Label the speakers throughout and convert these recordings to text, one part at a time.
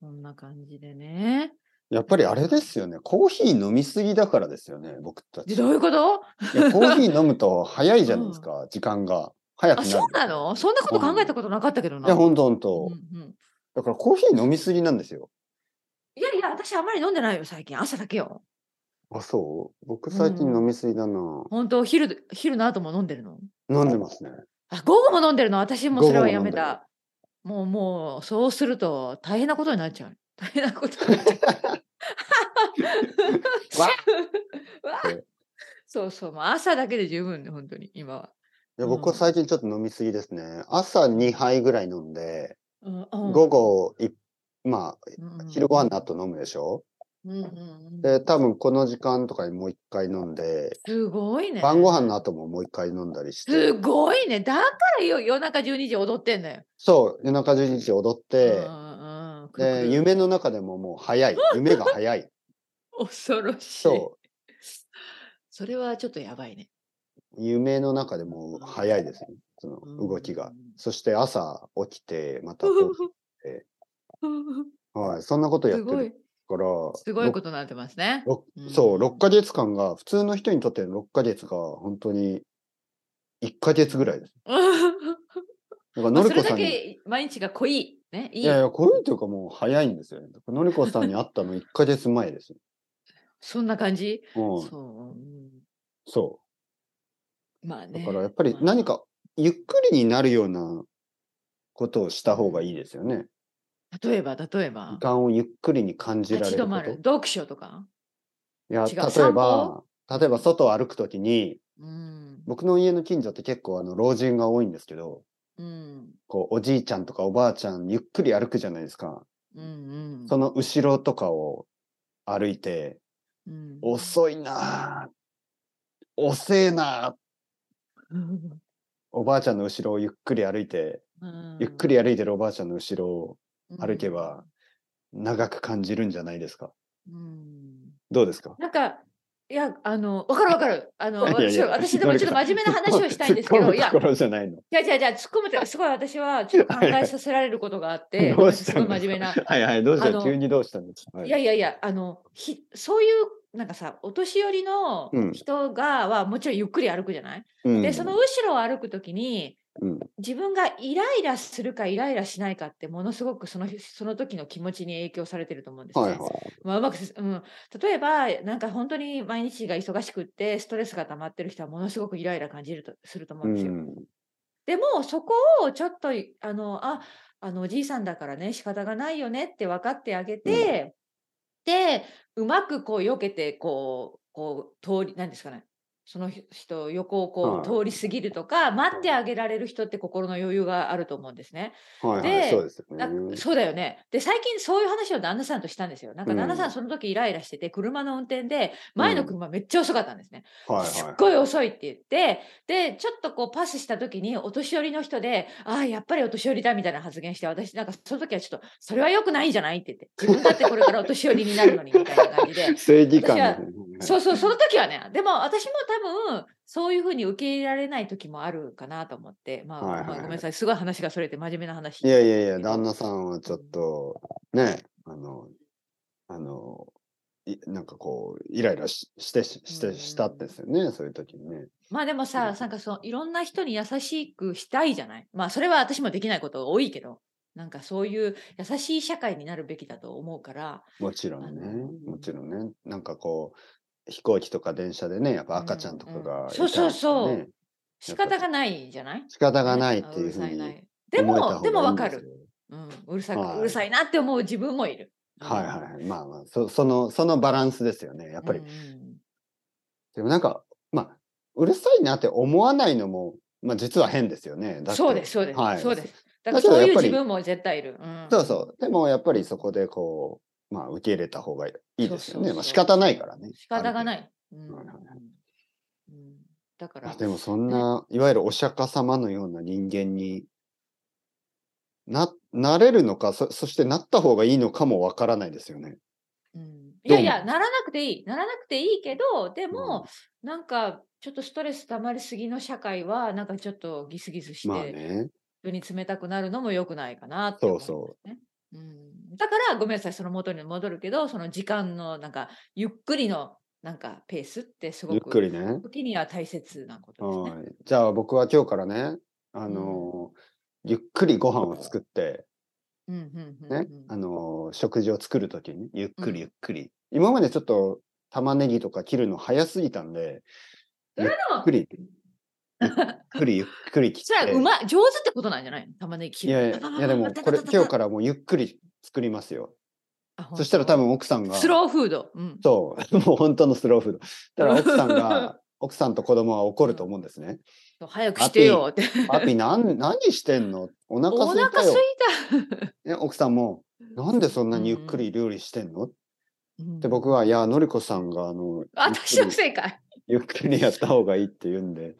Speaker 1: な感じでね。
Speaker 2: やっぱりあれですよね。コーヒー飲みすぎだからですよね、僕た
Speaker 1: で
Speaker 2: ち。
Speaker 1: どういうこと
Speaker 2: いやコーヒー飲むと早いじゃないですか、時間が。早く
Speaker 1: あ、
Speaker 2: なる。
Speaker 1: そうなのそんなこと考えたことなかったけど
Speaker 2: い
Speaker 1: な。
Speaker 2: や、ほんとほんと。
Speaker 1: うんうん
Speaker 2: だからコーヒー飲みすぎなんですよ。
Speaker 1: いやいや、私あんまり飲んでないよ、最近。朝だけよ。
Speaker 2: あ、そう僕最近飲みすぎだな。
Speaker 1: 本当昼、昼の後も飲んでるの。
Speaker 2: 飲んでますね。
Speaker 1: あ、午後も飲んでるの。私もそれはやめ
Speaker 2: 午後も飲ん
Speaker 1: た。もう、もう、そうすると大変なことになっちゃう。大変なことになっちゃう。
Speaker 2: わ
Speaker 1: わ
Speaker 2: って
Speaker 1: そうそう、もう朝だけで十分で、本当に、今は。
Speaker 2: いや僕は最近ちょっと飲みすぎですね。朝2杯ぐらい飲んで、
Speaker 1: うん
Speaker 2: 午、後い、ま
Speaker 1: うん
Speaker 2: あ、昼ご飯の後飲むでしょ。
Speaker 1: うんうんうん、
Speaker 2: で、多分この時間とかにもう1回飲んで、
Speaker 1: すごいね。
Speaker 2: 晩ご飯の後ももう1回飲んだりして。
Speaker 1: すごいね。だからよ夜中12時踊ってんだよ。
Speaker 2: そう、夜中12時踊って
Speaker 1: う、んうんうん、
Speaker 2: で、
Speaker 1: 夢
Speaker 2: 夢の中でももう 早い。夢が早い。
Speaker 1: 恐ろしい。
Speaker 2: そ
Speaker 1: それはちょっとやばいね。
Speaker 2: う、夢の中でもう早いですね。その動きが。そして朝起きて、またこえ う、はい、そんなことやっ
Speaker 1: す
Speaker 2: て
Speaker 1: ごい
Speaker 2: る、から、
Speaker 1: すごい
Speaker 2: ろ
Speaker 1: ことになってますね。
Speaker 2: ろ
Speaker 1: うん
Speaker 2: そう、6ヶ月間が、普通の人にとっての6ヶ月が、本当に1ヶ月ぐらいです。 だから、
Speaker 1: まあ
Speaker 2: のり
Speaker 1: そ
Speaker 2: こ
Speaker 1: れ
Speaker 2: さ
Speaker 1: だ
Speaker 2: んに、
Speaker 1: け毎日が濃い。ね、いい
Speaker 2: いやいや、こういうというかもう早いんですよね。のりこさんに会ったの1ヶ月前ですよ。
Speaker 1: そんな感じ、
Speaker 2: うん、
Speaker 1: そううん。
Speaker 2: そう。
Speaker 1: まあ
Speaker 2: だ
Speaker 1: ね。
Speaker 2: からやっぱり
Speaker 1: まあ
Speaker 2: 何かゆっくりになるようなことをした方がいいですよね。
Speaker 1: 例えば、例えば
Speaker 2: 時。間をゆっくりに感じられ
Speaker 1: 立ち
Speaker 2: る
Speaker 1: 止
Speaker 2: こ
Speaker 1: ま
Speaker 2: と。
Speaker 1: る。
Speaker 2: い
Speaker 1: 読書とか。
Speaker 2: や、
Speaker 1: 違う
Speaker 2: 例え
Speaker 1: 散
Speaker 2: ば
Speaker 1: 歩、
Speaker 2: 例えば外を歩くときに、
Speaker 1: うん。
Speaker 2: 僕の家の近所って結構あの老人が多いんですけど、
Speaker 1: うん。
Speaker 2: こうおじいちゃんとかおばあちゃんゆっくり歩くじゃないですか。
Speaker 1: うんうん。
Speaker 2: その後ろとかを歩いて、
Speaker 1: うん
Speaker 2: 遅いなぁ、遅えなぁ、
Speaker 1: うん
Speaker 2: おばあちゃんの後ろをゆっくり歩いて、ゆっくり歩いてるおばあちゃんの後ろを歩けば、長く感じるんじゃないですか。
Speaker 1: うんうん
Speaker 2: どうですか
Speaker 1: なんか、いや、あの、わかるわかる。あの、
Speaker 2: いやいやい
Speaker 1: 私は、私
Speaker 2: や
Speaker 1: でもちょっと真面目な話をしたいんですけ
Speaker 2: 突っ込
Speaker 1: ど、
Speaker 2: む
Speaker 1: いや
Speaker 2: と、ころじゃないの。
Speaker 1: じゃじゃじゃ突っ込むと、すごい私はちょっと考えさせられることがあって、
Speaker 2: どうし
Speaker 1: す
Speaker 2: た
Speaker 1: ごい
Speaker 2: んです
Speaker 1: 真
Speaker 2: か
Speaker 1: 面目な。
Speaker 2: はいはい、どうし
Speaker 1: あ
Speaker 2: た
Speaker 1: の
Speaker 2: 急にどうしたんですか、はい
Speaker 1: やいやいや、あの、ひそういう、なんかさ、お年寄りの
Speaker 2: うん
Speaker 1: 人が、はもちろんゆっくり歩くじゃない、
Speaker 2: うん
Speaker 1: で、その後ろを歩くときに、
Speaker 2: うん
Speaker 1: 自分がイライラするかイライラしないかって、ものすごくその日その時の気持ちに影響されてると思うんですね。
Speaker 2: はいはい。
Speaker 1: まあ、うまくす、 うん、例えば、なんか本当に毎日が忙しくって、ストレスが溜まってる人はものすごくイライラ感じるとすると思
Speaker 2: う
Speaker 1: うんですよ。
Speaker 2: ん、
Speaker 1: でも、そこをちょっと、あの、あ、あの、おじいさんだからね、仕方がないよねって分かってあげて、で、うまくこう、避けて、こう、こう、通り、なんですかね、その人、横をこう、
Speaker 2: は
Speaker 1: 通り過ぎるとか、待ってあげられる人って心の余裕があると思うんですね。
Speaker 2: はいはい、
Speaker 1: で
Speaker 2: そうですよ
Speaker 1: な
Speaker 2: ね。
Speaker 1: そうだよね。で、最近そういう話を旦那さんとしたんですよ。なんか旦那さ
Speaker 2: うん
Speaker 1: んその時イライラしてて、車の運転で、前の車めっちゃ遅かったんですね。
Speaker 2: はい
Speaker 1: すっ
Speaker 2: は
Speaker 1: ごい遅いって言って、で、ちょっとこうパスした時にお年寄りの人で、ああ、やっぱりお年寄りだみたいな発言して、私なんかその時はちょっと、それは良くないんじゃないって言って、自分だってこれからお年寄りになるのにみたいな感じで
Speaker 2: い。。正義感
Speaker 1: 私は
Speaker 2: ですね
Speaker 1: そうそう、その時はね、でも私も多分、そういうふうに受け入れられない時もあるかなと思って、まあ、
Speaker 2: はいはい
Speaker 1: まあごめんなさい、すごい話がそれて真面目な話。
Speaker 2: いやいやいや、旦那さんはちょっと、ね、あの、あの、いなんかこう、イライラししてしし
Speaker 1: う
Speaker 2: て
Speaker 1: ん
Speaker 2: したんですよね、そういう時にね。
Speaker 1: まあでも
Speaker 2: う
Speaker 1: さ
Speaker 2: ん、
Speaker 1: なんかそういろんな人に優しくしたいじゃない。まあそれは私もできないこと多いけど、なんかそういう優しい社会になるべきだと思うから、
Speaker 2: もちろん
Speaker 1: あ
Speaker 2: ね
Speaker 1: の、
Speaker 2: もちろんね、なんかこう、飛行機とか電車でね、やっぱ赤ちゃんとか
Speaker 1: うんうん
Speaker 2: がい
Speaker 1: そう
Speaker 2: たりして
Speaker 1: そう
Speaker 2: ね、
Speaker 1: そう仕
Speaker 2: やっぱ
Speaker 1: 方がないじゃない
Speaker 2: 仕方がないっていうふ
Speaker 1: さ
Speaker 2: うに
Speaker 1: ないで
Speaker 2: 思えた
Speaker 1: も、
Speaker 2: 方
Speaker 1: でも
Speaker 2: がいい
Speaker 1: わ
Speaker 2: ん
Speaker 1: か
Speaker 2: ですよ
Speaker 1: る、。うん。うるさく、
Speaker 2: はいう
Speaker 1: るさいなって思う自分もいる。
Speaker 2: はいはいはい。まあまあ、そその、そのバランスですよね。やっぱり。
Speaker 1: うんうん
Speaker 2: でもなんか、まあ、うるさいなって思わないのも、まあ実は変ですよね。だって
Speaker 1: そうです、そうです、
Speaker 2: はい
Speaker 1: そうです。だ
Speaker 2: だ
Speaker 1: か
Speaker 2: け
Speaker 1: ら
Speaker 2: ど
Speaker 1: そうい
Speaker 2: や
Speaker 1: う
Speaker 2: っぱり
Speaker 1: 自分も絶対いる。うん、
Speaker 2: そうそう。でもやっぱりそこでこう、まあ受け入れた方がいいです
Speaker 1: そうそ
Speaker 2: よね。
Speaker 1: うそう
Speaker 2: まあ仕方ないからね。。
Speaker 1: 仕方がないい。うん
Speaker 2: はいはい
Speaker 1: うん、だか
Speaker 2: あ
Speaker 1: ら、
Speaker 2: でもそんな、いわゆるお釈迦様のような人間にな、なれるのか、そそしてなった方がいいのかもわからないですよね。
Speaker 1: うんい
Speaker 2: ど
Speaker 1: や
Speaker 2: う
Speaker 1: い
Speaker 2: 思
Speaker 1: や、
Speaker 2: う
Speaker 1: ならなくていい。ならなくていいけど、でも、なんか、ちょっとストレス溜まりすぎの社会は、なんかちょっとギスギスして、
Speaker 2: まあね。
Speaker 1: 人に冷たくなるのも良くないかなって
Speaker 2: そ
Speaker 1: 思
Speaker 2: う
Speaker 1: います
Speaker 2: そ
Speaker 1: ね。うんだからごめんなさいその元に戻るけどその時間のなんかゆっくりのなんかペースってすご
Speaker 2: ゆっく
Speaker 1: く
Speaker 2: りね。
Speaker 1: 時には大切なことですね。
Speaker 2: はい。じゃあ僕は今日からね、あのーゆっくりご飯を作って、
Speaker 1: うんうんうんうん
Speaker 2: ね、あのー食事を作るときに、ゆっく
Speaker 1: うん
Speaker 2: りゆっくり。今までちょっと玉ねぎとか切るの早すぎたんで、
Speaker 1: それで
Speaker 2: ゆっ
Speaker 1: も
Speaker 2: くり、ゆっくりゆっくり切
Speaker 1: それ
Speaker 2: っ
Speaker 1: は
Speaker 2: て。
Speaker 1: うま上手ってことなんじゃないの玉ねぎ切
Speaker 2: いやいやいやで もこれ今日からもうゆっくり作りますよ。そしたら多
Speaker 1: 分
Speaker 2: 分奥さんが
Speaker 1: スローフード。うん
Speaker 2: そう もう本当のスローフード。だから奥さんが奥さんと子供は怒ると思うんですね。
Speaker 1: 早くしてよって。
Speaker 2: パピなん何してんのお
Speaker 1: お
Speaker 2: 腹すい
Speaker 1: 腹
Speaker 2: た
Speaker 1: すい
Speaker 2: よ。ね、奥さんもなんでそんなにゆっくり料理してんの、
Speaker 1: た。
Speaker 2: で僕は「いやのりこさんがあの
Speaker 1: 私
Speaker 2: ゆ
Speaker 1: の
Speaker 2: っくり
Speaker 1: 正解。
Speaker 2: ゆっくりやった方がいい」って言うんで、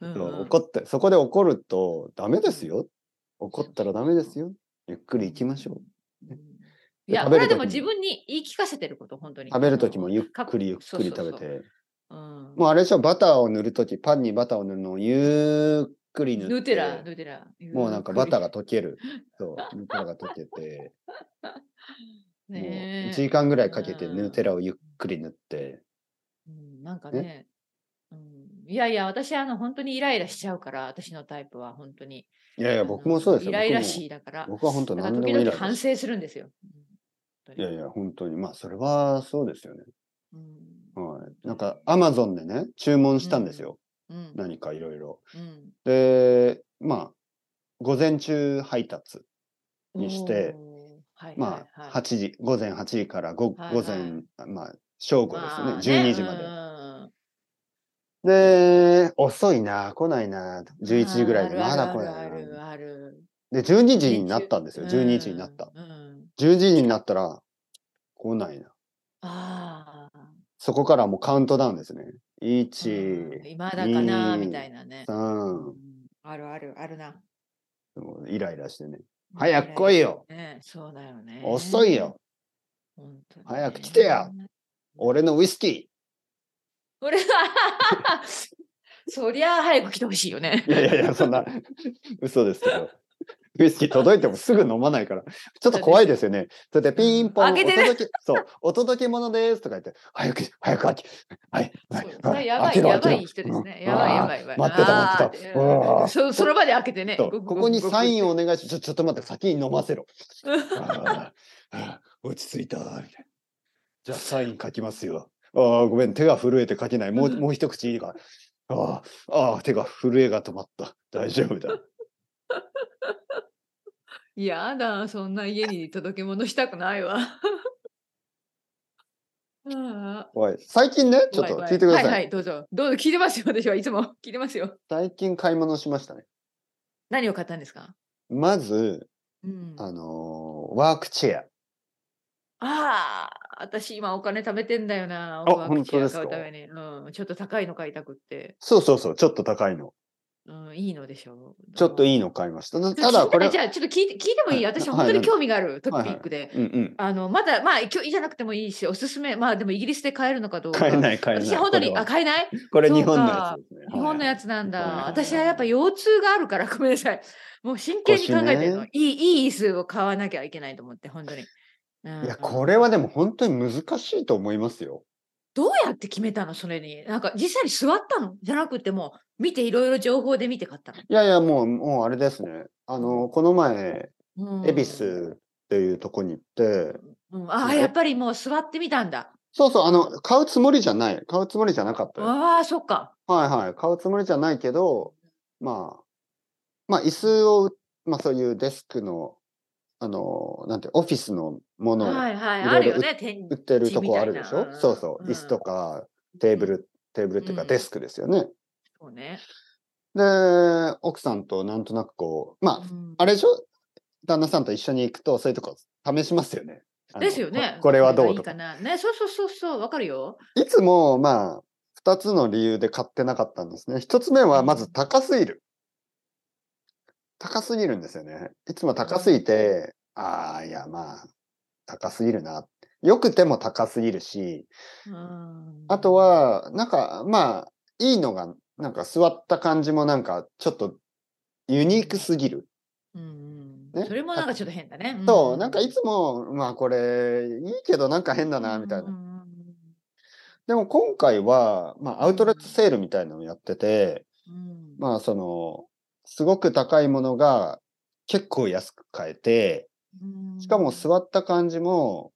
Speaker 1: うん
Speaker 2: そう怒ってそこで怒ると「ダメですよ怒ったらダメですよゆっくり行きましょう」
Speaker 1: うんい
Speaker 2: で
Speaker 1: や、
Speaker 2: 食
Speaker 1: こ
Speaker 2: べ
Speaker 1: れは
Speaker 2: る
Speaker 1: でも自
Speaker 2: 時
Speaker 1: 分に言い聞かせてること、本当に。
Speaker 2: 食べる時もゆっ
Speaker 1: か
Speaker 2: くりゆっくり食べ
Speaker 1: そうそう
Speaker 2: て。
Speaker 1: うん
Speaker 2: もうあれでしょ、バターを塗るとき、パンにバターを塗るのをゆっくり塗って。
Speaker 1: ヌテラ、ヌテラ。
Speaker 2: もうなんかバター
Speaker 1: が。
Speaker 2: が溶 ける。そう、ヌテラが溶けて、もう1
Speaker 1: ねえ
Speaker 2: 時間ぐらいかけて
Speaker 1: うん
Speaker 2: ヌテラをゆっくり塗って。
Speaker 1: うんなんかね。うんいやいや、私あの本当にイライラしちゃうから、私のタイプは本当に。
Speaker 2: いやいや、
Speaker 1: あの
Speaker 2: 僕もそうですよ。
Speaker 1: イライラ
Speaker 2: 僕も
Speaker 1: しいだから。
Speaker 2: 僕は本当
Speaker 1: だから
Speaker 2: 何でも
Speaker 1: 時
Speaker 2: イライ
Speaker 1: 々
Speaker 2: ラ
Speaker 1: 反
Speaker 2: し
Speaker 1: 省するんですよ。うん
Speaker 2: いやいや、本当に。まあ、それはそうですよね。
Speaker 1: うん
Speaker 2: はい。なんか、アマゾンでね、注文したんですよ。
Speaker 1: うん
Speaker 2: 何かいろいろ。
Speaker 1: うん
Speaker 2: で、まあ、午前中配達。にして
Speaker 1: おー
Speaker 2: まあ、8
Speaker 1: い
Speaker 2: 時、午前8時からご
Speaker 1: はい
Speaker 2: 午前、まあ、正午ですね、
Speaker 1: まあ
Speaker 2: 12時まで。
Speaker 1: うん
Speaker 2: で、遅いな、来ないな、11時ぐらいで、
Speaker 1: ある
Speaker 2: ま
Speaker 1: あ
Speaker 2: だ
Speaker 1: る
Speaker 2: 来
Speaker 1: あ
Speaker 2: ない
Speaker 1: る
Speaker 2: な。
Speaker 1: ある
Speaker 2: で、12時になったんですよ、
Speaker 1: 連中
Speaker 2: 12時になった。
Speaker 1: うんうん
Speaker 2: 12時になったら、来ないな。
Speaker 1: ああ。
Speaker 2: そこからもうカウントダウンですね。
Speaker 1: うん
Speaker 2: 1、
Speaker 1: 今だかな
Speaker 2: 二
Speaker 1: みたいなね。う
Speaker 2: 3、
Speaker 1: んあるあるあるな。
Speaker 2: もうイライラしてね。早く来い
Speaker 1: よ。
Speaker 2: よ
Speaker 1: ねそうだよね。
Speaker 2: 遅いよ
Speaker 1: 本当にね。
Speaker 2: 早く来てや俺のウイスキ
Speaker 1: 俺はそりゃあ早く来てほしいよね
Speaker 2: ー。い。やいやいや、そんな、嘘ですけど。ウイスキー届いてもすぐ飲まないから、ちょっと怖いですよね。それでピンポン、
Speaker 1: 開け
Speaker 2: お
Speaker 1: てね
Speaker 2: 届け、そう、お届け物ですとか言って、早く、早く開け、はい、は
Speaker 1: そ
Speaker 2: い、
Speaker 1: うそ
Speaker 2: は
Speaker 1: れ
Speaker 2: い
Speaker 1: やば
Speaker 2: 開け
Speaker 1: い、
Speaker 2: ろ
Speaker 1: やば
Speaker 2: 開
Speaker 1: い人
Speaker 2: け
Speaker 1: で
Speaker 2: ろ
Speaker 1: す
Speaker 2: うん
Speaker 1: ね。やばい、やばい。やばい
Speaker 2: 待ってた待っ
Speaker 1: あ
Speaker 2: てた
Speaker 1: ー
Speaker 2: うわー
Speaker 1: そその場で開けてね。
Speaker 2: そう
Speaker 1: ご
Speaker 2: ここにサイン
Speaker 1: を。
Speaker 2: をお願いし、ちょ、ちょっと待って、先に飲ま せろ。
Speaker 1: ごご
Speaker 2: あーあー落ち着いた、みたいな。じ ゃあサイン書きますよ。ああ、ごめん、手が震えて書けない。もう、もう一口いいか。ああ、ああ、手が震えが止まった。大丈夫だ。
Speaker 1: やだ、そんな家に届け物したくないわ。 あー
Speaker 2: おい、最近ね、ちょっと
Speaker 1: 怖
Speaker 2: 聞いてください。
Speaker 1: 怖はいはい、どうぞ。どうぞ聞いてますよ、私はいつも。 聞いてますよ。
Speaker 2: 最近買い物しましたね。
Speaker 1: 何を買ったんですか
Speaker 2: まず、
Speaker 1: うん、
Speaker 2: あ
Speaker 1: あ
Speaker 2: のーワークチェア。
Speaker 1: あー、私今お金貯めてんだよな。
Speaker 2: あ
Speaker 1: ワークチェア買
Speaker 2: 本
Speaker 1: う
Speaker 2: 当
Speaker 1: た
Speaker 2: ですか
Speaker 1: めに。うん、ちょっと高いの買いたくって。
Speaker 2: そうそうそう、ちょっと高いの。
Speaker 1: うん、いいのでしょう。
Speaker 2: ちょっと
Speaker 1: い
Speaker 2: いいの買いました。な
Speaker 1: た
Speaker 2: ただ、これ、
Speaker 1: じゃあちょっと聞いて聞いてもいい
Speaker 2: はい
Speaker 1: 私
Speaker 2: はい
Speaker 1: 本当に
Speaker 2: 何
Speaker 1: 興味があるトピ
Speaker 2: はいはい
Speaker 1: ックで、
Speaker 2: うんうん。
Speaker 1: あのまだまあ今日じゃなくてもいいしおすすめまあでもイギリスで買えるのかどうか
Speaker 2: 買えない、買えない。
Speaker 1: 私本当に
Speaker 2: これは
Speaker 1: あ買えない
Speaker 2: これ
Speaker 1: そう
Speaker 2: 日本の
Speaker 1: か
Speaker 2: やつですね。
Speaker 1: 日本のやつなんだ、
Speaker 2: はいはいはい
Speaker 1: 私はやっぱ腰痛があるから ごめんなさいもう真剣に考えてるの、
Speaker 2: 腰ね
Speaker 1: いいいい椅子を買わなきゃいけないと思って本当に、うん
Speaker 2: いや、これはでも本当に難しいと思いますよ。
Speaker 1: どうやって決めたのそれになんか実際に座ったのじゃなくてもう見ていろいろ情報で見て買った
Speaker 2: いやいや、もう、もうあれですね。あの、この前、
Speaker 1: の、うん、
Speaker 2: 恵比寿っていうとこに行って、
Speaker 1: うん、ああやっぱりもう座ってみたんだ
Speaker 2: そうそう、あの、買うつもりじゃない。買うつもりじゃなかったよ。
Speaker 1: ああそっか
Speaker 2: はいはい。買うつもりじゃないけど、まあ、まあ、椅子を、まあ、そういうデスクの、あの、なんて、オフィスのものを
Speaker 1: はいはい、
Speaker 2: いろいろ
Speaker 1: あるよね、天
Speaker 2: 売ってるとこあるでし
Speaker 1: う
Speaker 2: ょ
Speaker 1: ん
Speaker 2: そうそう。椅子とかテーブル、テーブルっていう
Speaker 1: う
Speaker 2: か
Speaker 1: ん
Speaker 2: デスクですよね。
Speaker 1: そうね。
Speaker 2: で、奥さんとなんとなくこう、まあ、あれでしょ旦那さんと一緒に行くと、そういうとこ試しますよね。あの
Speaker 1: ですよね。
Speaker 2: ここれはどうと
Speaker 1: これ
Speaker 2: か。
Speaker 1: がいいかな。ね、そうそうそうそう、わかるよ。
Speaker 2: いつも、まあ、二つの理由で買ってなかったんですね。一つ目は、まず高すぎる。高すぎるんですよね。いつも高すぎて、ああ、いや、まあ、高すぎるな。よくても高すぎるし、
Speaker 1: うん
Speaker 2: あと、は、なんか、まあ、いいのが、なんか座った感じもなんか、ちょっとユニークすぎる。
Speaker 1: うんうん
Speaker 2: ね
Speaker 1: それもなんかちょっと変だね。
Speaker 2: そう、なんかいつも、まあこれ、いいけどなんか変だな、みたいな。
Speaker 1: な。
Speaker 2: でも今回は、まあアウトレットセールみたいなのをやってて、
Speaker 1: うん
Speaker 2: まあその、すごく高いものが結構安く買えて、しかも座った感じも、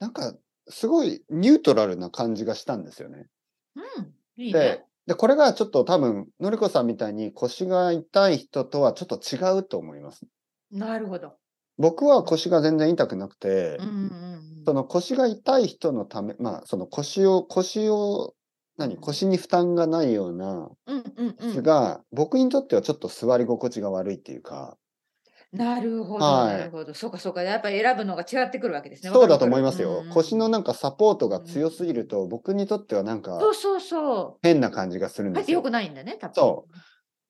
Speaker 2: なんかすごいニュートラルな感じがしたんですよね。
Speaker 1: うん、いい
Speaker 2: で
Speaker 1: ね。、
Speaker 2: で、これがちょっと多分、のりこさんみたいに腰が痛い人とはちょっと違うと思います。
Speaker 1: なるほど。
Speaker 2: 僕は腰が全然痛くなくて、
Speaker 1: うんうん
Speaker 2: その腰が痛い人のため、まあ、その腰を、腰を、何、腰に負担がないような
Speaker 1: うんうんうんう
Speaker 2: 椅子
Speaker 1: ん。
Speaker 2: が、僕にとってはちょっと座り心地が悪いっていうか、
Speaker 1: なるほど、
Speaker 2: はい
Speaker 1: なるほど。そうかそうか。やっぱり選ぶのが違ってくるわけですね。
Speaker 2: そうだと
Speaker 1: わか
Speaker 2: 思い
Speaker 1: るわ
Speaker 2: ま
Speaker 1: か
Speaker 2: す
Speaker 1: る
Speaker 2: よ
Speaker 1: うん。うん
Speaker 2: 腰のなんかサポートが強すぎると、僕にとってはなんか
Speaker 1: そうそうそ
Speaker 2: 変な感じがする
Speaker 1: う。
Speaker 2: ん
Speaker 1: 入
Speaker 2: で
Speaker 1: っ
Speaker 2: す
Speaker 1: てよ
Speaker 2: よ。
Speaker 1: くないんだね、多分。
Speaker 2: そう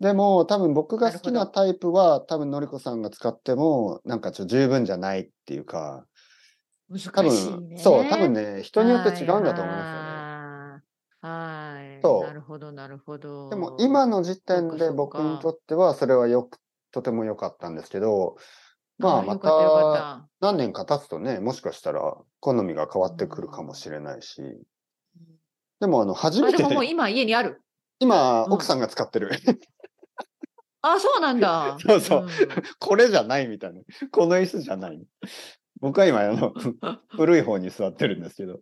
Speaker 2: でも、多分僕が好き
Speaker 1: なる
Speaker 2: なタイプは、多分のりこさんが使っても、なんかちょっと十分じゃないっていうか、多
Speaker 1: 難しい
Speaker 2: 分、
Speaker 1: ね。
Speaker 2: そう、多分ね、人によって違うんだと思いますよね。
Speaker 1: はいはい。はい
Speaker 2: そう
Speaker 1: なるほど、なるほど。
Speaker 2: でも今の時
Speaker 1: そっか
Speaker 2: 点
Speaker 1: そっ
Speaker 2: で
Speaker 1: か
Speaker 2: 僕にとってはそれはよく、とても良かったんですけど、まあ
Speaker 1: ー
Speaker 2: ま
Speaker 1: よかったよかった
Speaker 2: 何年か経つとね、もしかしたら好みが変わってくるかもしれないし、でもあの初
Speaker 1: たあ
Speaker 2: め
Speaker 1: で
Speaker 2: て
Speaker 1: ももう今家にある。
Speaker 2: 今
Speaker 1: うん
Speaker 2: 奥さんが使ってる、
Speaker 1: あ、そうなんだ。
Speaker 2: そうそうんこれじゃないみたいな、この椅子じゃない。僕は今あ の古い方に座ってるんですけど、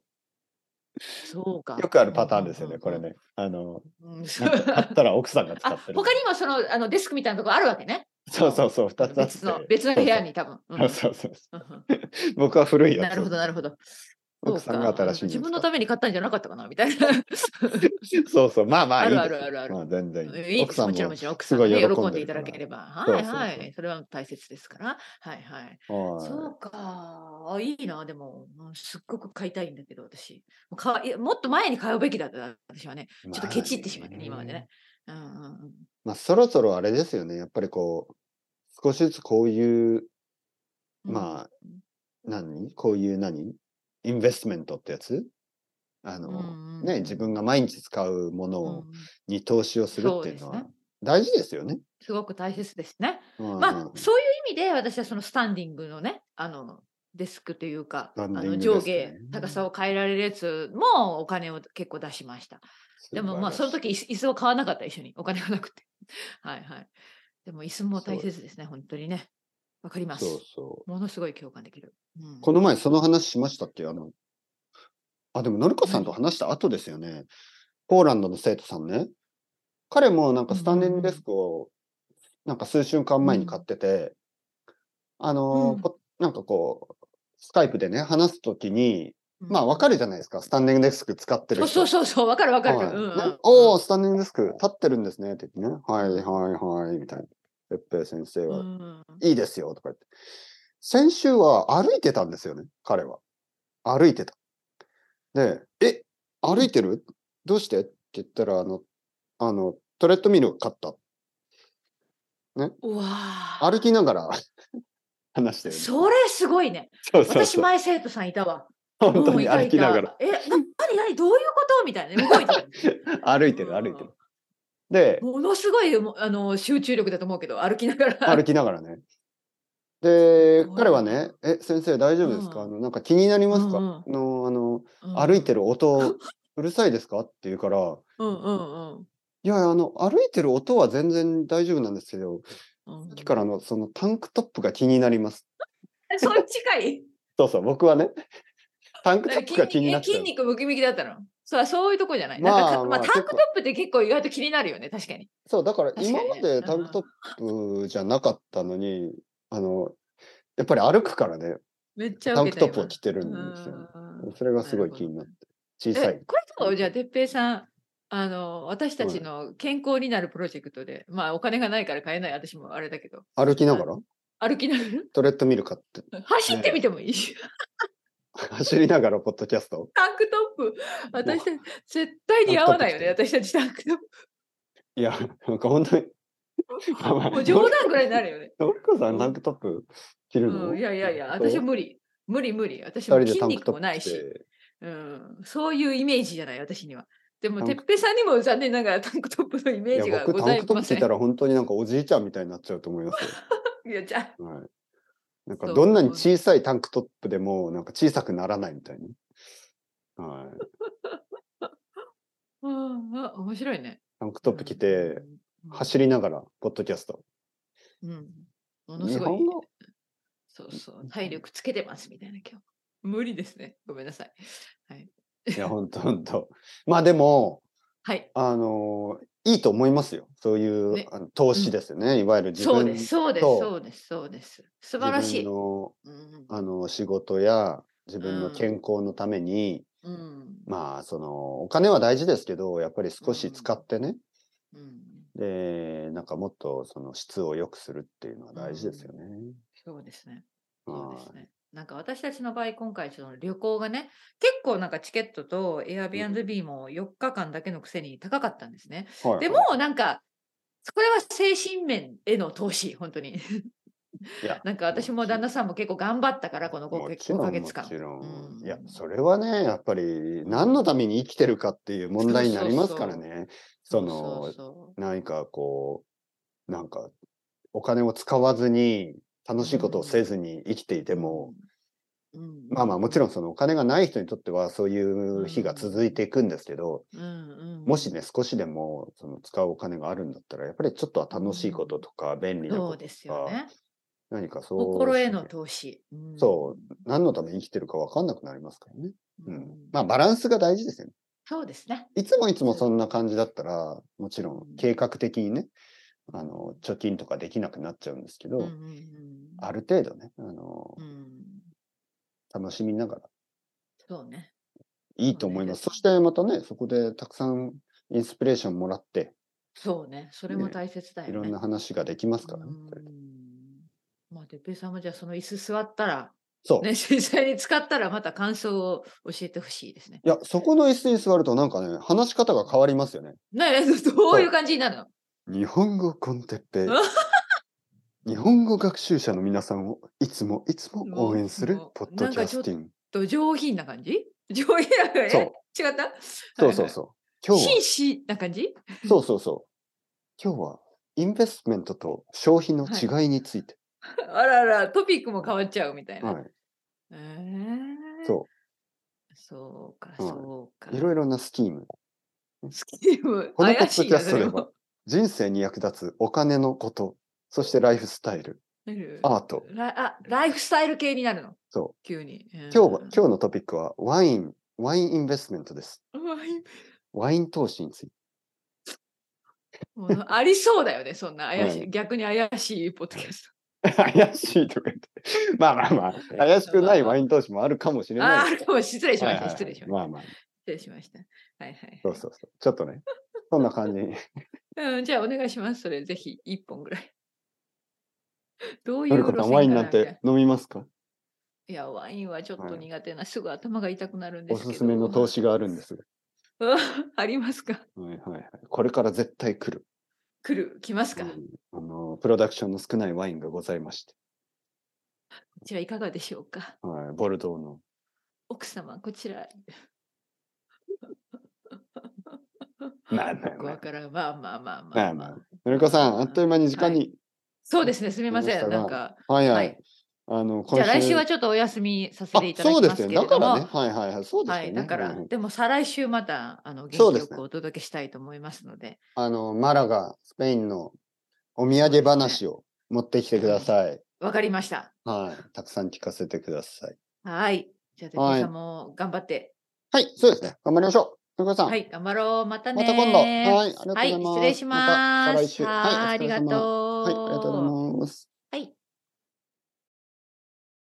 Speaker 1: そうか。
Speaker 2: よくあるパターンですよ
Speaker 1: う
Speaker 2: ね、
Speaker 1: ん
Speaker 2: これ。ね。あの、
Speaker 1: うんうん
Speaker 2: なんか買ったら奥さんが使
Speaker 1: あ
Speaker 2: ってる。
Speaker 1: 他にもそのあのデスクみたいなとこあるわけね。
Speaker 2: そうそうそう、2つあっ
Speaker 1: 別の
Speaker 2: て。
Speaker 1: 別の部屋に多分。うん
Speaker 2: そうそうそうそう
Speaker 1: うん
Speaker 2: そう。僕は古いやつ。
Speaker 1: なるほどなるほど。
Speaker 2: 奥さん
Speaker 1: そ
Speaker 2: が
Speaker 1: うか
Speaker 2: 新しい
Speaker 1: 自分
Speaker 2: や
Speaker 1: の
Speaker 2: つ
Speaker 1: ために買ったんじゃなかったかなみたいな。
Speaker 2: そうそう、まあまあい
Speaker 1: あ
Speaker 2: いで
Speaker 1: る
Speaker 2: すよ。
Speaker 1: あるあるある
Speaker 2: まあ全然いい
Speaker 1: いい
Speaker 2: 奥
Speaker 1: です
Speaker 2: さん
Speaker 1: も
Speaker 2: も
Speaker 1: ちろんもちろん奥さん
Speaker 2: すご
Speaker 1: が
Speaker 2: い
Speaker 1: ね
Speaker 2: 喜んでる
Speaker 1: 喜んでいただければ。
Speaker 2: そう
Speaker 1: はいは
Speaker 2: そうそう
Speaker 1: い。それは大切ですから。はいはい。
Speaker 2: はい
Speaker 1: そうか。あいいな。でも、うんすっごく買いたいんだけど、私。もうかいやもっと前に買うべきだった、私はね。ちょっとケチってしまってね、今までね。。うんうんうん。
Speaker 2: まあそろそろあれですよね。やっぱりこう、少しずつこういう、
Speaker 1: うん
Speaker 2: まあ、何こういう何インベストメントってやつあの、
Speaker 1: うんうんうん
Speaker 2: ね、自分が毎日使うもの
Speaker 1: うん
Speaker 2: を、に投資をするっていうの
Speaker 1: そう
Speaker 2: は
Speaker 1: ですね
Speaker 2: 大事ですよね。
Speaker 1: すごく大切ですね。
Speaker 2: うん
Speaker 1: まあ、そういう意味で、私はそのスタンディングのね、あの、デスクというか、
Speaker 2: スタ
Speaker 1: あ
Speaker 2: ンディング
Speaker 1: の
Speaker 2: デスク
Speaker 1: 上
Speaker 2: ね
Speaker 1: 下、高さを変えられるやつもお金を結構出しました。でもまあその時椅子椅子を買わなかった一緒にお金がなくて はいはいでも椅子も大切ですね本当にねわかります
Speaker 2: そうそう。
Speaker 1: ものすごい共感できる、うん、
Speaker 2: この前その話しましたっけあの、あ、でものりこさんと話した後ですよね。ポーランドの生徒さんね。彼もなんかスタンディングデスクをなんか数週間前に買ってて、あの、
Speaker 1: うん
Speaker 2: こなんかこう、スカイプでね、話すときに、まあわ
Speaker 1: か
Speaker 2: かるじゃないですか、スタンディングデスク使ってる
Speaker 1: る
Speaker 2: 人。
Speaker 1: そうそうそうそうわかるわかる、
Speaker 2: はい
Speaker 1: うんうん
Speaker 2: ねおー、スタンディングデスク立ってるんですねって言ってね。はいはいはい、みたいな。ペッペ先生
Speaker 1: う
Speaker 2: は、
Speaker 1: ん
Speaker 2: いいですよとか言って。先週は歩いてたんですよね、彼は。歩いてた。で、え、歩いてるどうしてって言ったら、あの、あの、トレッドミルを買った。
Speaker 1: うわあ
Speaker 2: 歩きながら 話してる。
Speaker 1: それすごいね
Speaker 2: そう
Speaker 1: 私前生徒さんいたわ
Speaker 2: 本当
Speaker 1: うんい
Speaker 2: に
Speaker 1: た
Speaker 2: 歩
Speaker 1: い
Speaker 2: きな
Speaker 1: た
Speaker 2: がら。
Speaker 1: えな何何どういうことみたいなね動いてる
Speaker 2: 歩いてる、歩いてる。で、
Speaker 1: ものすごいもうあの集中力だと思うけど歩きながら
Speaker 2: 歩きながらね。で
Speaker 1: すご、い
Speaker 2: 彼はね、え、先生大丈夫ですか、あの、なんか気になりますか、
Speaker 1: うん
Speaker 2: あの、あの、
Speaker 1: うん
Speaker 2: 歩いてる音、うるさいですかって言うから、
Speaker 1: うんうんうん
Speaker 2: いや、あの、歩いてる音は全然大丈夫なんですけど、
Speaker 1: うん
Speaker 2: さっきからあの、そのタンクトップが気になります。
Speaker 1: そっちか い
Speaker 2: そうそう、僕はね、タンクト
Speaker 1: え
Speaker 2: ップが気になっちゃ
Speaker 1: 筋
Speaker 2: う。
Speaker 1: 肉ムキムキだったのそうそういうとこじゃない、
Speaker 2: まあ
Speaker 1: なんかか
Speaker 2: ま
Speaker 1: ま
Speaker 2: あ
Speaker 1: あ、タンクトップって結構意外と気になるよね確かに
Speaker 2: そう、だから
Speaker 1: 確かに
Speaker 2: 今
Speaker 1: ね
Speaker 2: までタンクトップじゃなかったのに、あの、やっぱり歩くからね、
Speaker 1: めっちゃ
Speaker 2: タン
Speaker 1: 受
Speaker 2: ク
Speaker 1: けた
Speaker 2: トップを着てるん
Speaker 1: 今
Speaker 2: ですよ。
Speaker 1: うん
Speaker 2: それがすごい気になって、小さ
Speaker 1: え
Speaker 2: い。
Speaker 1: これどうじゃあ哲平さんあの私たちの健康になるプロジェクトで、まあお金がないから買えない私もあれだけど
Speaker 2: 歩きながら
Speaker 1: 歩きなが
Speaker 2: トレッドミル買って、
Speaker 1: ら走ってみてもいいし、
Speaker 2: 走りながらポッドキャスト。
Speaker 1: タンクトップ私たち絶対に合わないよね
Speaker 2: タン
Speaker 1: 私たちタンクトッ
Speaker 2: いや、なんか本当に、まあまあ
Speaker 1: プもう冗談ぐらいになるよね
Speaker 2: のりこさんタンクトップ着るの、
Speaker 1: うん、いやいやいや、
Speaker 2: 本当
Speaker 1: 私は無理。無理無理。私
Speaker 2: 二
Speaker 1: も
Speaker 2: 人で
Speaker 1: 筋
Speaker 2: タンク
Speaker 1: 肉
Speaker 2: ト
Speaker 1: も
Speaker 2: ッ
Speaker 1: ない
Speaker 2: プ着
Speaker 1: し、
Speaker 2: て。
Speaker 1: うん、そういうイメージじゃない、私には。でも、
Speaker 2: タン
Speaker 1: て
Speaker 2: ク
Speaker 1: っぺいさんにも残念ながらタンクトップのイメージ
Speaker 2: いや
Speaker 1: がご
Speaker 2: 僕タ
Speaker 1: ざ
Speaker 2: ン
Speaker 1: い
Speaker 2: クトッ
Speaker 1: ま
Speaker 2: プ
Speaker 1: せ
Speaker 2: 着
Speaker 1: ん。
Speaker 2: たら本当になんかおじいちゃんみたいになっちゃうと思います
Speaker 1: いや、じゃあ、
Speaker 2: よ。はい、なんか
Speaker 1: そう
Speaker 2: どんなに小さいタンクトップでもなんか小さくならないみたいな。はい。
Speaker 1: うんうん、面白いね。
Speaker 2: タンクトップ着て
Speaker 1: うん、
Speaker 2: 走りながら、ポッドキャスト。
Speaker 1: うん。もの
Speaker 2: 日
Speaker 1: すごい
Speaker 2: 本。語
Speaker 1: そうそう。体力つけてますみたいな今日。無理ですね。ごめんなさい。はい。
Speaker 2: いや、ほんとほんと。まあでも、
Speaker 1: はい。
Speaker 2: あのーいいと思いますよ。そういう、
Speaker 1: ね
Speaker 2: あの投資ですよね。いわゆる自
Speaker 1: そう
Speaker 2: 分
Speaker 1: です。そうです。
Speaker 2: と
Speaker 1: そうです。そうです。素晴らし
Speaker 2: 自
Speaker 1: い。
Speaker 2: 分
Speaker 1: う
Speaker 2: の
Speaker 1: ん
Speaker 2: あの仕事や自分の
Speaker 1: うん
Speaker 2: 健康のために、
Speaker 1: うん。
Speaker 2: まあそのお金は大事ですけどやっぱり少し使ってね、
Speaker 1: うん。
Speaker 2: でなんかもっとその質を良くするっていうのは大事ですよね。
Speaker 1: そうですね。そう
Speaker 2: は
Speaker 1: です
Speaker 2: い
Speaker 1: ね。なんか私たちの場合、今回、その旅行がね、結構なんかチケットと Airbnb も4日間だけのくせに高かったんですね。
Speaker 2: はい
Speaker 1: でも、なんか、これは精神面への投資、本当に。
Speaker 2: いや
Speaker 1: なんか私も旦那さんも結構頑張ったから、この
Speaker 2: も
Speaker 1: 5,
Speaker 2: ちろんも
Speaker 1: 月間。
Speaker 2: ちろん、
Speaker 1: うん
Speaker 2: いやそれはねやっぱり何のために生きてるかっていう問題になりますからね。その
Speaker 1: そうそう
Speaker 2: 何かこうなんかお金を使わずに楽しいことをせずに生きていても、、
Speaker 1: うんうん
Speaker 2: まあまあもちろんそのお金がない人にとってはそういう日が続いていくんですけど、
Speaker 1: うんうん
Speaker 2: もしね少しでもその使うお金があるんだったらやっぱりちょっとは楽しいこととか便利な
Speaker 1: そ
Speaker 2: こ
Speaker 1: う
Speaker 2: と
Speaker 1: です
Speaker 2: と
Speaker 1: よ
Speaker 2: か、
Speaker 1: ね。
Speaker 2: 何かそう
Speaker 1: 心への投資。うん
Speaker 2: そう何のために生きてるか分かんなくなりますからね、
Speaker 1: う
Speaker 2: うんんまあバランスが大事ですよね
Speaker 1: そうですね。
Speaker 2: いつもいつもそんな感じだったらもちろん計画的にねあの貯金とかできなくなっちゃうんですけど、
Speaker 1: うんうんうん
Speaker 2: ある程度ねあの
Speaker 1: うん
Speaker 2: 楽しみながら
Speaker 1: そうね。
Speaker 2: いいと思います。
Speaker 1: そう
Speaker 2: そしてまたね、そこでたくさんインスピレーションもらって、
Speaker 1: そうね。それも
Speaker 2: ね
Speaker 1: 大切だよね。
Speaker 2: いろんな話ができますからね。
Speaker 1: うんまあ、てっぺいさんもじゃあその椅子座ったら、
Speaker 2: そう。
Speaker 1: ね、 実際に使ったらまた感想を教えてほしいですね。
Speaker 2: いや、そこの椅子に座るとなんかね、話し方が変わりますよね。
Speaker 1: ね、ど ういう感じになるの
Speaker 2: 日本語コンテッペイ日本語学習者の皆さんをいつもいつも応援する
Speaker 1: もう
Speaker 2: ポッドキャスティング。
Speaker 1: と上品な感じ 上品な感じ
Speaker 2: そう
Speaker 1: 違った
Speaker 2: そうそうそう。今日
Speaker 1: 紳
Speaker 2: は、
Speaker 1: 士な感じ
Speaker 2: そうそうそう。今日は、インベストメントと消費の違いについて。
Speaker 1: あらあら、トピックも変わっちゃうみたいな。
Speaker 2: はい
Speaker 1: えー
Speaker 2: そ
Speaker 1: そうか、
Speaker 2: い
Speaker 1: そうか。
Speaker 2: う。いろいろなスキーム。
Speaker 1: スキー ム、
Speaker 2: このポ
Speaker 1: 怪
Speaker 2: ッ
Speaker 1: し
Speaker 2: ド
Speaker 1: い
Speaker 2: キャ
Speaker 1: な
Speaker 2: スト
Speaker 1: そ
Speaker 2: で
Speaker 1: れ
Speaker 2: は
Speaker 1: も
Speaker 2: 人生に役立つお金のこと、そしてライフスタイル、アート。
Speaker 1: ライあライフスタイル系になるの
Speaker 2: そ
Speaker 1: 急に。
Speaker 2: う。今日は、今日のトピックはワイン、ワインインベストメントです。
Speaker 1: 日
Speaker 2: ワイン投資について。
Speaker 1: もうありそうだよね、そんな怪しい、
Speaker 2: う
Speaker 1: 逆に怪しいポッドキャス
Speaker 2: 怪しいとか言って。まあま あまあ、怪しくないワイン投資もあるかもしれ
Speaker 1: ト。あ
Speaker 2: ない
Speaker 1: ーあ
Speaker 2: です。
Speaker 1: るかも失礼しま
Speaker 2: は
Speaker 1: し
Speaker 2: いはい
Speaker 1: た、
Speaker 2: はい
Speaker 1: 失礼しまし
Speaker 2: まあまあ、
Speaker 1: た。失礼しました。はいはい
Speaker 2: そうそうそう。ちょっとね、そん な感じ。
Speaker 1: はい。うん、じゃあお願いします、それぜひ一本ぐらい。 どうい
Speaker 2: の
Speaker 1: う
Speaker 2: り
Speaker 1: 路
Speaker 2: こ
Speaker 1: 線
Speaker 2: さ
Speaker 1: か
Speaker 2: ん、ワインな
Speaker 1: なんみたいな
Speaker 2: て飲みますか
Speaker 1: いや、ワインはちょっ
Speaker 2: は
Speaker 1: と
Speaker 2: い
Speaker 1: 苦手な、すぐ頭が痛くなるんで
Speaker 2: お
Speaker 1: すけど。
Speaker 2: すすめの投資があるんですが。
Speaker 1: うん。 ありますか
Speaker 2: はいはいはい。これから絶対来る。
Speaker 1: 来る、来ますか、
Speaker 2: う
Speaker 1: こ
Speaker 2: んあの、プロダクションの少ないワインがございまして。
Speaker 1: ちらいかがでしょうか
Speaker 2: はい、ボルドーの。
Speaker 1: 奥様、こちら。
Speaker 2: まあまあ
Speaker 1: よく
Speaker 2: まあ
Speaker 1: わ。からん。まあまあまあ
Speaker 2: ま
Speaker 1: ま
Speaker 2: あ
Speaker 1: あ、
Speaker 2: まあ。のりこさん、あっという間に時間に。
Speaker 1: そうですね、すみませ
Speaker 2: わか
Speaker 1: ん。
Speaker 2: りま
Speaker 1: な
Speaker 2: し
Speaker 1: ん
Speaker 2: たが
Speaker 1: か、
Speaker 2: はいは
Speaker 1: はいい。
Speaker 2: あの、
Speaker 1: じ
Speaker 2: 今
Speaker 1: ゃあ来週は
Speaker 2: ち
Speaker 1: ちょっとお休みさせていただき
Speaker 2: そう
Speaker 1: ま
Speaker 2: です
Speaker 1: す
Speaker 2: よ。
Speaker 1: けれ
Speaker 2: だか
Speaker 1: ども。
Speaker 2: らね。はいはいはい。そうです
Speaker 1: はい、
Speaker 2: よね。
Speaker 1: だから、
Speaker 2: うんうん
Speaker 1: でも再来週また、あの、
Speaker 2: そう
Speaker 1: 元気
Speaker 2: です
Speaker 1: よ
Speaker 2: ね
Speaker 1: くお届けしたいと思いますので。
Speaker 2: あの、マラがスペインのお土産話を持ってきてください。
Speaker 1: わ、かりました。
Speaker 2: はい。たくさん聞かせてください。
Speaker 1: はい。じゃあ、てっ
Speaker 2: はい
Speaker 1: ぺいさんも頑張って。
Speaker 2: はい。そうですね。頑張りましょう。のりこさん。
Speaker 1: はい、頑張ろう。また
Speaker 2: ま
Speaker 1: ね
Speaker 2: た
Speaker 1: ー。
Speaker 2: 今度。はい。ありがとうござ
Speaker 1: は
Speaker 2: います。
Speaker 1: い、失礼します。
Speaker 2: た再来週。
Speaker 1: はい、あ
Speaker 2: はい。お疲
Speaker 1: り
Speaker 2: れ
Speaker 1: がと
Speaker 2: 様
Speaker 1: う。
Speaker 2: はい。ありがとうございます。